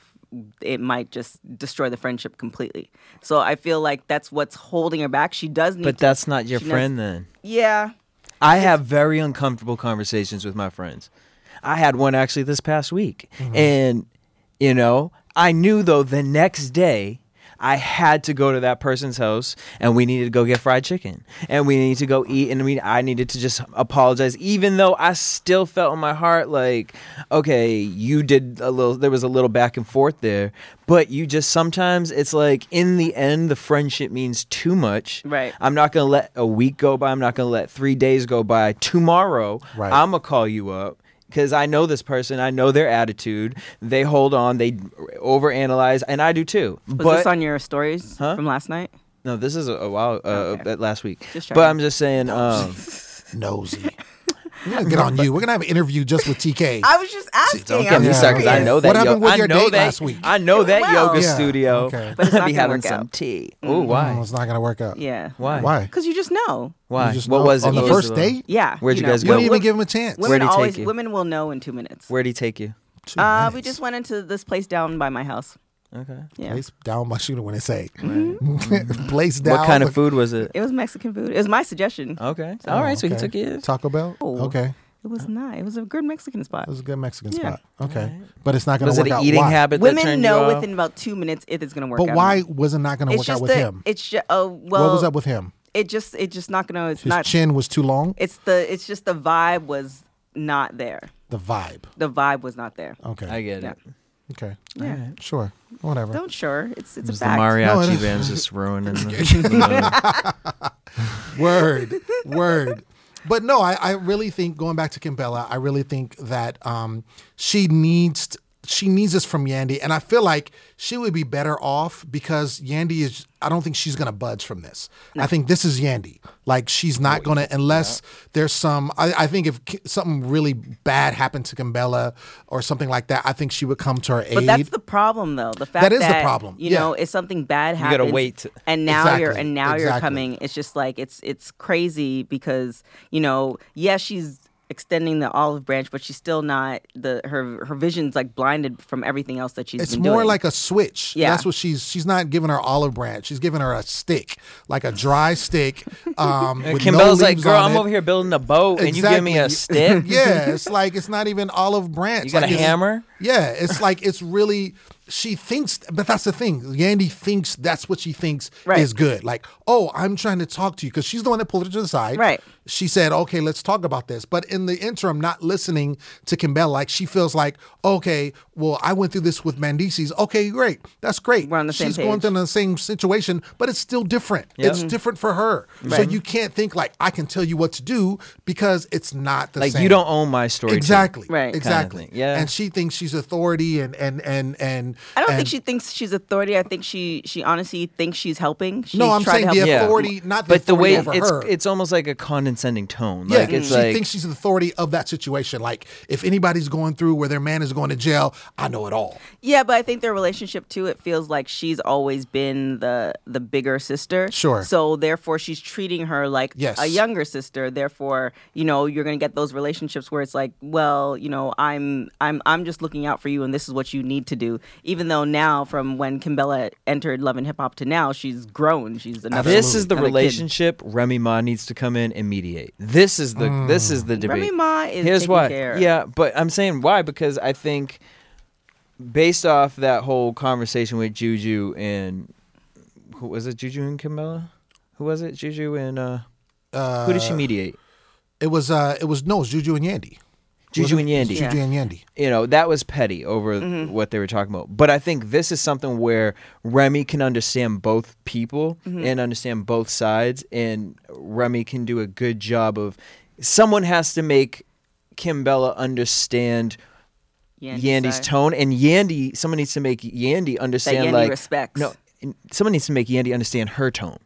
it might just destroy the friendship completely. So I feel like that's what's holding her back. She does need, But to- that's not your she knows- friend then. yeah. I have very uncomfortable conversations with my friends. I had one actually this past week. And, you know, I knew though the next day I had to go to that person's house and we needed to go get fried chicken and we needed to go eat and we I needed to just apologize even though I still felt in my heart like okay you did a little there was a little back and forth there but you just sometimes it's like in the end the friendship means too much Right. I'm not gonna let a week go by. I'm not gonna let three days go by. Tomorrow, Right. I'm gonna call you up because I know this person. I know their attitude. They hold on. They overanalyze, and I do too. Was but this on your stories from last night? no, this is a, a while uh, Okay. that last week. Just But checking. I'm just saying. Um, Nosy. We're gonna get on you. We're gonna have an interview just with TK. I was just asking. don't get me Yeah. started 'cause I know that. What happened yo- with I your know date that, last week? I know that Well- yoga Yeah, studio. okay. But it's not be gonna having work some out. tea. Oh, Mm, why? it's not gonna work out. Yeah. Why? Why? Because you just know. Why? You just What know- was it? on the What was first it? date? Yeah. Where'd you know. guys You go? didn't even Women- give him a chance. Women Where'd he take always you? women will know in two minutes. Where'd he take you? Two Uh, we minutes. just went into this place down by my house. Okay. Yeah. Mm-hmm. place down my shooter when they say place down. what kind the- of food was it? It Oh, was Mexican food. It was my suggestion. Uh, Okay. All right. So he okay. took you. Taco Bell. Oh. Okay, It was not. It was a good Mexican spot. that was a good Mexican Yeah. spot. Okay, but it's not going to Was work it an out. eating why? habit? that Women turned know you off? within about two minutes if it's gonna work. But out or why not. was it not going to It's work out just with the. him? It's just. Oh well. what was up with him? It just. It's just not gonna. It's His not. chin was too long. It's the. It's just the vibe was not there. the vibe. The vibe was not there. Okay. I get it. okay. Yeah. Sure. Whatever. Don't sure. It's it's Just a the fact. mariachi No, it- band's just ruining the Word. word. But no, I, I really think going back to Kimbella, I really think that um, she needs she needs this from Yandy, and I feel like she would be better off because Yandy is. I don't think she's gonna budge from this. I think this is Yandy. Like she's not gonna unless there's some. I, I think if Ki- something really bad happened to Kimbella or something like that, I think she would come to her aid. But that's the problem, though. The fact That is the problem, You yeah. know, if something bad happens, gotta wait. and now you're Exactly, and now exactly. you're coming. It's just like it's it's crazy because you know, yeah, she's extending the olive branch, but she's still not the her her vision's like blinded from everything else that she's. It's been more doing. like a switch. Yeah. That's what she's she's not giving her olive branch. She's giving her a stick, like a dry stick. Um with no Kimbella's like, leaves girl, on I'm it." over here building a boat, and you give me a Exactly. stick. yeah, it's like it's not even olive branch. You got Like, a it's- hammer? Yeah, it's like it's really she thinks but that's the thing. Yandy thinks that's what she thinks Right. is good. Like, oh, I'm trying to talk to you because she's the one that pulled her to the side. Right. She said, okay, let's talk about this. But in the interim, not listening to Kimbell, like she feels like, okay, well, I went through this with Mandices. Okay, great. That's great. We're on the she's same going page. through the same situation, but it's still different. It's different for her. So you can't think like I can tell you what to do because it's not the Like same. you don't own my story. too. Exactly. Right. Kinda Exactly. thing, yeah. And she thinks she's authority and and and and. I don't and- think she thinks she's authority. I think she she honestly thinks she's helping. She's No, I'm trying saying to the help. Yeah. authority, not the But the way authority over it's her. it's almost like a condescending tone. yeah, Like it's she like thinks she's the authority of that situation. Like if anybody's going through where their man is going to jail, I know it all. Yeah, but I think their relationship too, it feels like she's always been the the bigger sister. Sure. So therefore she's treating her like Yes. a younger sister. Therefore, you know, you're gonna get those relationships where it's like, well, you know, I'm I'm I'm just looking out for you and this is what you need to do. Even though now from when Kimbella entered Love and Hip Hop to now, she's grown. She's another this is the another kid. relationship Remy Ma needs to come in and mediate. This is the this is the debate. Mm. Remy Ma is Here's taking why. care. Yeah, but I'm saying why because I think based off that whole conversation with Juju and who was it? Juju and Camilla? Who was it? Juju and uh, Uh, who did she mediate? It was uh, it was no, it was Juju and Yandy. Juju and Yandy. Juju and Yandy. you know that was petty over Mm-hmm. what they were talking about but i think this is something where remy can understand both people Mm-hmm. and understand both sides and remy can do a good job of someone has to make kimbella understand Yandy's yandy's side. tone and yandy someone needs to make yandy understand Yandy like respects. Mm-hmm. no and someone needs to make yandy understand her tone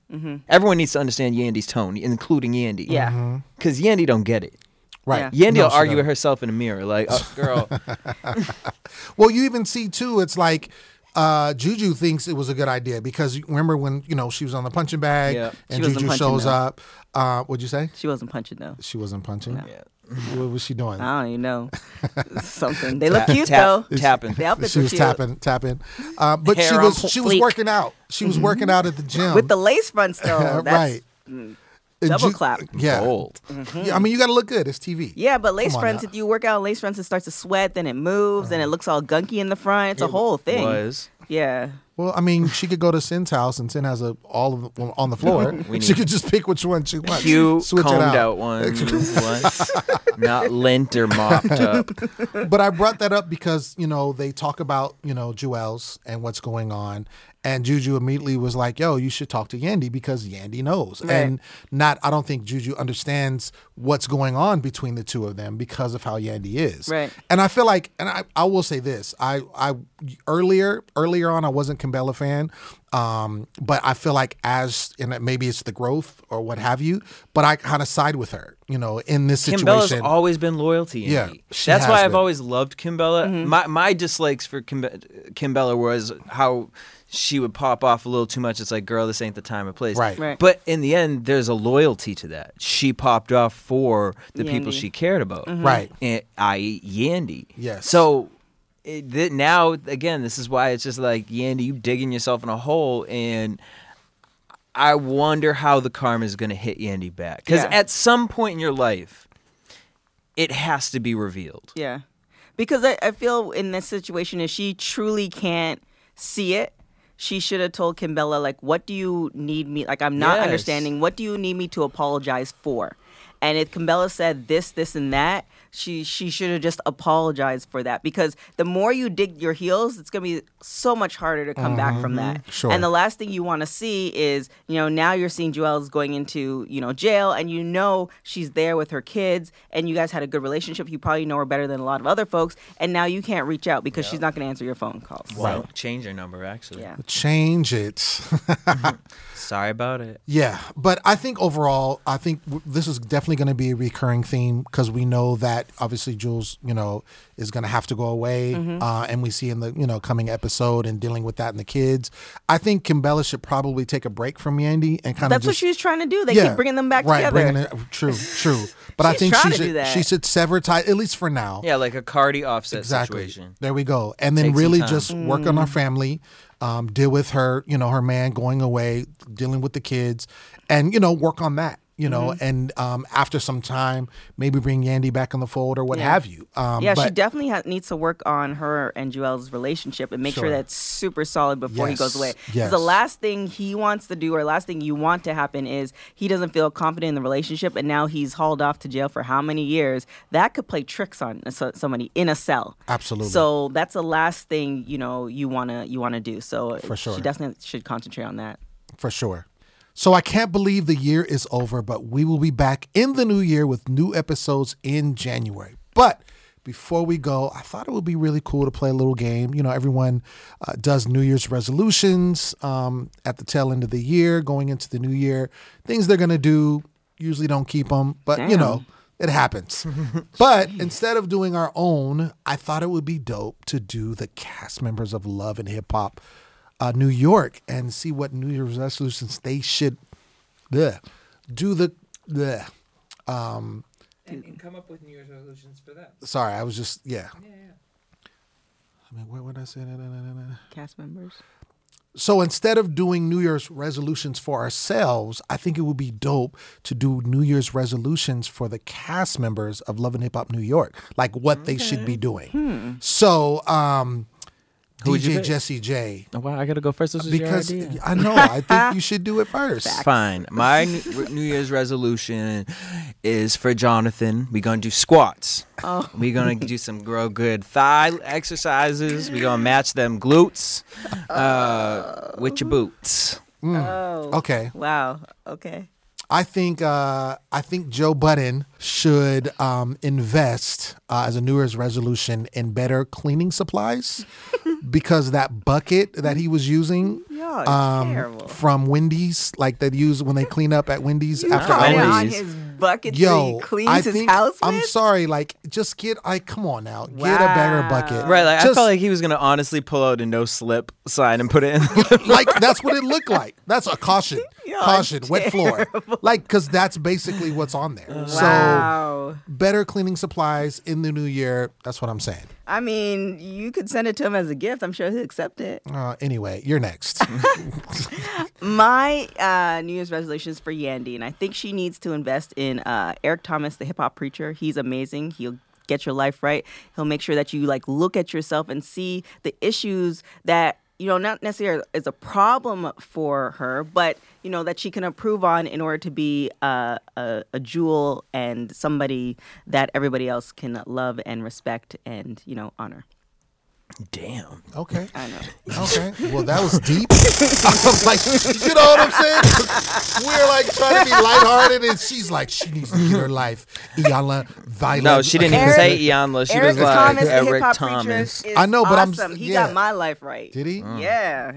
everyone needs to understand yandy's tone including yandy Yeah. because yandy don't get it Right. Yeah. yandy Mm-hmm. No, will she argue with don't. herself in the mirror like uh, girl Well, you even see too. It's like uh, Juju thinks it was a good idea because you- remember when you know she was on the punching bag Yeah. She and wasn't Juju punching shows them. up. Uh, what'd you say? She wasn't punching though. She wasn't punching. What was she doing? I don't even know. Something. They look cute tap, though. tapping The outfits she are was cute. tapping, tapping. Uh, but she Hair on was she was fleek. Mm-hmm. working out. She was working out at the gym With the lace fronts though. That's, mm, right. And double clap. Yeah. Gold. yeah. I mean, you got to look good. It's TV. Yeah, but lace Come on fronts, now. if you work out on lace fronts, it starts to sweat, then it moves, and it looks all gunky in the front. It's a whole thing. was. Yeah. Well, I mean, she could go to Sin's house, and Sin has a all of them on the floor. she need- could just pick which one she wants. cute Switch combed it out, ones, ones, not lint or mopped up. but I brought that up because you know they talk about you know Jewels and what's going on, and Juju immediately was like, "Yo, you should talk to Yandy because Yandy knows." And not, I don't think Juju understands what's going on between the two of them because of how Yandy is. Right. And I feel like, and I, I will say this, I, I earlier earlier on I wasn't Kimbella fan, um, but I feel like as and maybe it's the growth or what have you, but I kind of side with her, you know, in this Kim situation. Bella's always been loyal to Yandy. Yeah, she That's has why I've been. always loved Kim Bella. Mm-hmm. My my dislikes for Kim, Kim Bella was how she would pop off a little too much. It's like, girl, this ain't the time and place. Right. Right. But in the end, there's a loyalty to that. She popped off for the people Yandy. Mm-hmm. she cared about. Right. And- i.e. Yandy. Yes. So it, th- now, again, this is why it's just like, Yandy, you digging yourself in a hole and... I wonder how the karma is going to hit Yandy back. Because Yeah. at some point in your life, it has to be revealed. Yeah. Because I, I feel in this situation, if she truly can't see it, she should have told Kimbella, like, what do you need me? Like, I'm not Yes. understanding. What do you need me to apologize for? And if Kimbella said this, this, and that, she she should have just apologized for that because the more you dig your heels, it's gonna be so much harder to come back from that. Mm-hmm. Sure. And the last thing you want to see is, you know, now you're seeing Joelle's going into, you know, jail and you know she's there with her kids and you guys had a good relationship. You probably know her better than a lot of other folks. And now you can't reach out because she's not going to answer your phone calls. Wow. Change your number, actually. Yeah. Change it. Sorry about it. Yeah, but I think overall, I think w- this is definitely going to be a recurring theme because we know that obviously Jules, you know, is going to have to go away, Mm-hmm. uh, and we see in the you know coming episode and dealing with that and the kids. I think Kimbella should probably take a break from Yandy and kind of That's what just, she was trying to do. They yeah, keep bringing them back right, together. Bringing it, true, true. But I She's think she trying to do should that. she should sever ties at least for now. Yeah, like a Cardi offset situation. There we go. And then Take some really time. just work Mm. on our family, um, deal with her, you know, her man going away, dealing with the kids, and you know, work on that. You know, Mm-hmm. and um, after some time, maybe bring Yandy back in the fold or what have you. Um, yeah, she but- definitely ha- needs to work on her and Joel's relationship and make sure, Sure. that's super solid before he goes Yes, away. 'Cause yes. The last thing he wants to do or last thing you want to happen is he doesn't feel confident in the relationship and now he's hauled off to jail for how many years? That could play tricks on so- somebody in a cell. Absolutely. So that's the last thing, you know, you want to you want to do. So For sure. she definitely should concentrate on that. for sure. So I can't believe the year is over, but we will be back in the new year with new episodes in January. But before we go, I thought it would be really cool to play a little game. You know, everyone uh, does New Year's resolutions um, at the tail end of the year, going into the new year. Things they're going to do usually don't keep them, but you Damn. know, it happens. but instead of doing our own, I thought it would be dope to do the cast members of Love and Hip Hop uh, New York and see what New Year's resolutions they should bleh, do the. Bleh. um, And come up with New Year's resolutions for that. Sorry, I was just, yeah. I mean, what would I say? Na, na, na, na, na. Cast members. So instead of doing New Year's resolutions for ourselves, I think it would be dope to do New Year's resolutions for the cast members Hmm. of Love and Hip Hop New York, like what they should be doing. So, um, Who would you DJ pick? Jesse J. Oh, wow, I gotta go first. This was Because your idea. I know, I think you should do it first. Fine. My New New Year's resolution is for Jonathan. We're gonna do squats. Oh. We're gonna do some grow good thigh exercises. We're gonna match them glutes uh, with your boots. Okay. Wow. Okay. I think uh, I think Joe Budden should um, invest uh, as a New Year's resolution in better cleaning supplies because that bucket that he was using um, Y'all is terrible. from Wendy's, like they use when they clean up at Wendy's after commented hours. on on Wendy's. his bucket Yo, cleans I his think house I'm sorry. Like, just get. I come on now. Get a bigger Wow. bucket. Right, like I Uh, Just- felt like he was gonna honestly pull out a no slip sign and put it in. like that's what it looked like. That's a caution, caution, wet floor. Like, cause that's basically what's on there. Wow. So better cleaning supplies in the new year. That's what I'm saying. I mean, you could send it to him as a gift. I'm sure he'll accept it. Uh, anyway, you're next. My uh, New Year's resolution is for Yandy, and I think she needs to invest in uh, Eric Thomas, the hip hop preacher. He's amazing. He'll get your life right. He'll make sure that you like look at yourself and see the issues that you know not necessarily is a problem for her, but you know that she can improve on in order to be uh, a, a jewel and somebody that everybody else can love and respect and you know honor. Damn. Okay. I know. Okay. Well, that was deep. I'm like, you know what I'm saying? We're like trying to be lighthearted, and she's like, she needs to get her life. Iyanla, violent. No, she didn't even Eric- say Iyanla. She Eric was like Thomas, the Eric hip-hop preacher, Thomas. is I know, but I'm s- awesome. he yeah. got my life right. Did Mm. he? Yeah.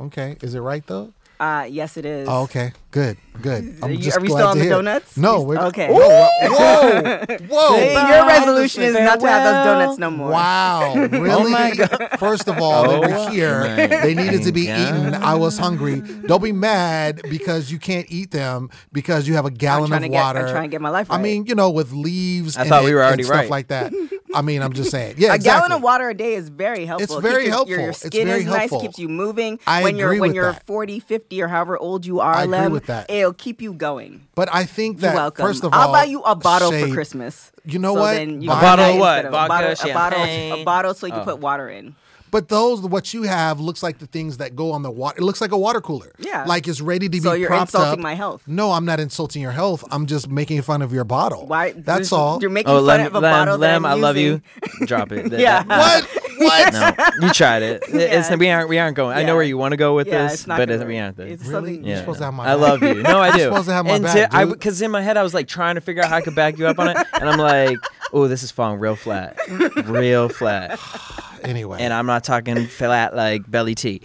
Okay. Is it right though? Uh, yes, it is. Oh, okay. Good. Good. Are I'm you- just are we glad still to on the hear. donuts? No. We- We're, okay. Whoa. Whoa. Whoa. Hey, your resolution is not to have those donuts no more. Wow, really? Oh First of all, they were Oh here. my They needed to be God. eaten. I was hungry. Don't be mad because you can't eat them because you have a gallon trying of to get- I'm water. trying to get my life I right. mean, you know, with leaves I in thought we it were and already stuff right. like that. I mean, I'm just saying. Yeah, A gallon exactly. of water a day is very helpful. It's It very keeps your- Your, helpful. your It's skin very is helpful. nice, keeps you moving. I when you're agree when with you're that. 40, 50, or however old you are, I agree Lem, with that. it'll keep you going. But I think You're that welcome. first of all, I'll buy you a bottle shade- for Christmas. You know So what? then you A can bottle buy of what? instead a Vodka, bottle, a bottle, champagne? Oh. a bottle, so you can put water in. But those what you have looks like the things that go on the water. It looks like a water cooler. Yeah. like it's ready to So be you're propped insulting up. my health. No, I'm not insulting your health. I'm just making fun of your bottle. Why? That's this- all. You're making Oh, fun Lem, of a bottle Lem, Lem, that I'm I love you. using. Drop it. That- Yeah. that- what? What? No, you tried it. It- It's, Yeah. we aren't. We aren't going. I know Yeah. where you want to go with Yeah, this, it's not but gonna it, we work. aren't there. It's Really? something. You're Yeah. supposed to have my I back. love you. No, I do. supposed to have my and back, to- I dude. because in my head I was like trying to figure out how I could back you up on it, and I'm like, oh, this is falling real flat, real flat. Anyway, And I'm not talking flat like belly tea,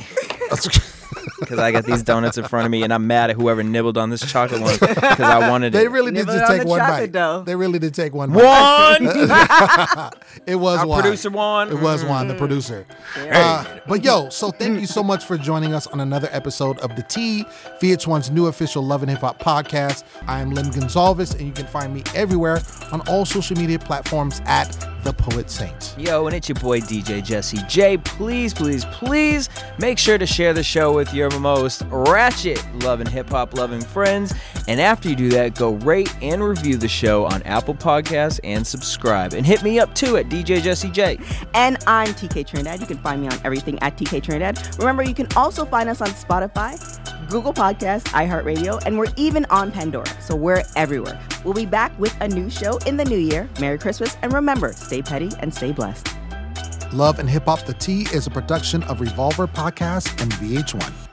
because I got these donuts in front of me, and I'm mad at whoever nibbled on this chocolate one because I wanted they it. really did Nibble just on take the one chocolate bite. dough. They really did take one. bite. one. It was Our one. producer Juan. It was one. Mm-hmm. The producer. Uh, but yo, so thank you so much for joining us on another episode of the T VH1's new official Love and Hip Hop podcast. I am Lim Gonzalez, and you can find me everywhere on all social media platforms at the Poet Saint. Yo, and it's your boy DJ Jesse J. Please, please, please make sure to share the show with your most ratchet loving hip hop loving friends. And after you do that, go rate and review the show on Apple Podcasts and subscribe. And hit me up too at DJ Jesse J. And I'm TK Trinidad. You can find me on everything at TK Trinidad. Remember, you can also find us on Spotify, Google Podcasts, iHeartRadio, and we're even on Pandora. So we're everywhere. We'll be back with a new show in the new year. Merry Christmas. And remember, stay petty and stay blessed. Love and Hip Hop the T is a production of Revolver Podcast and VH1.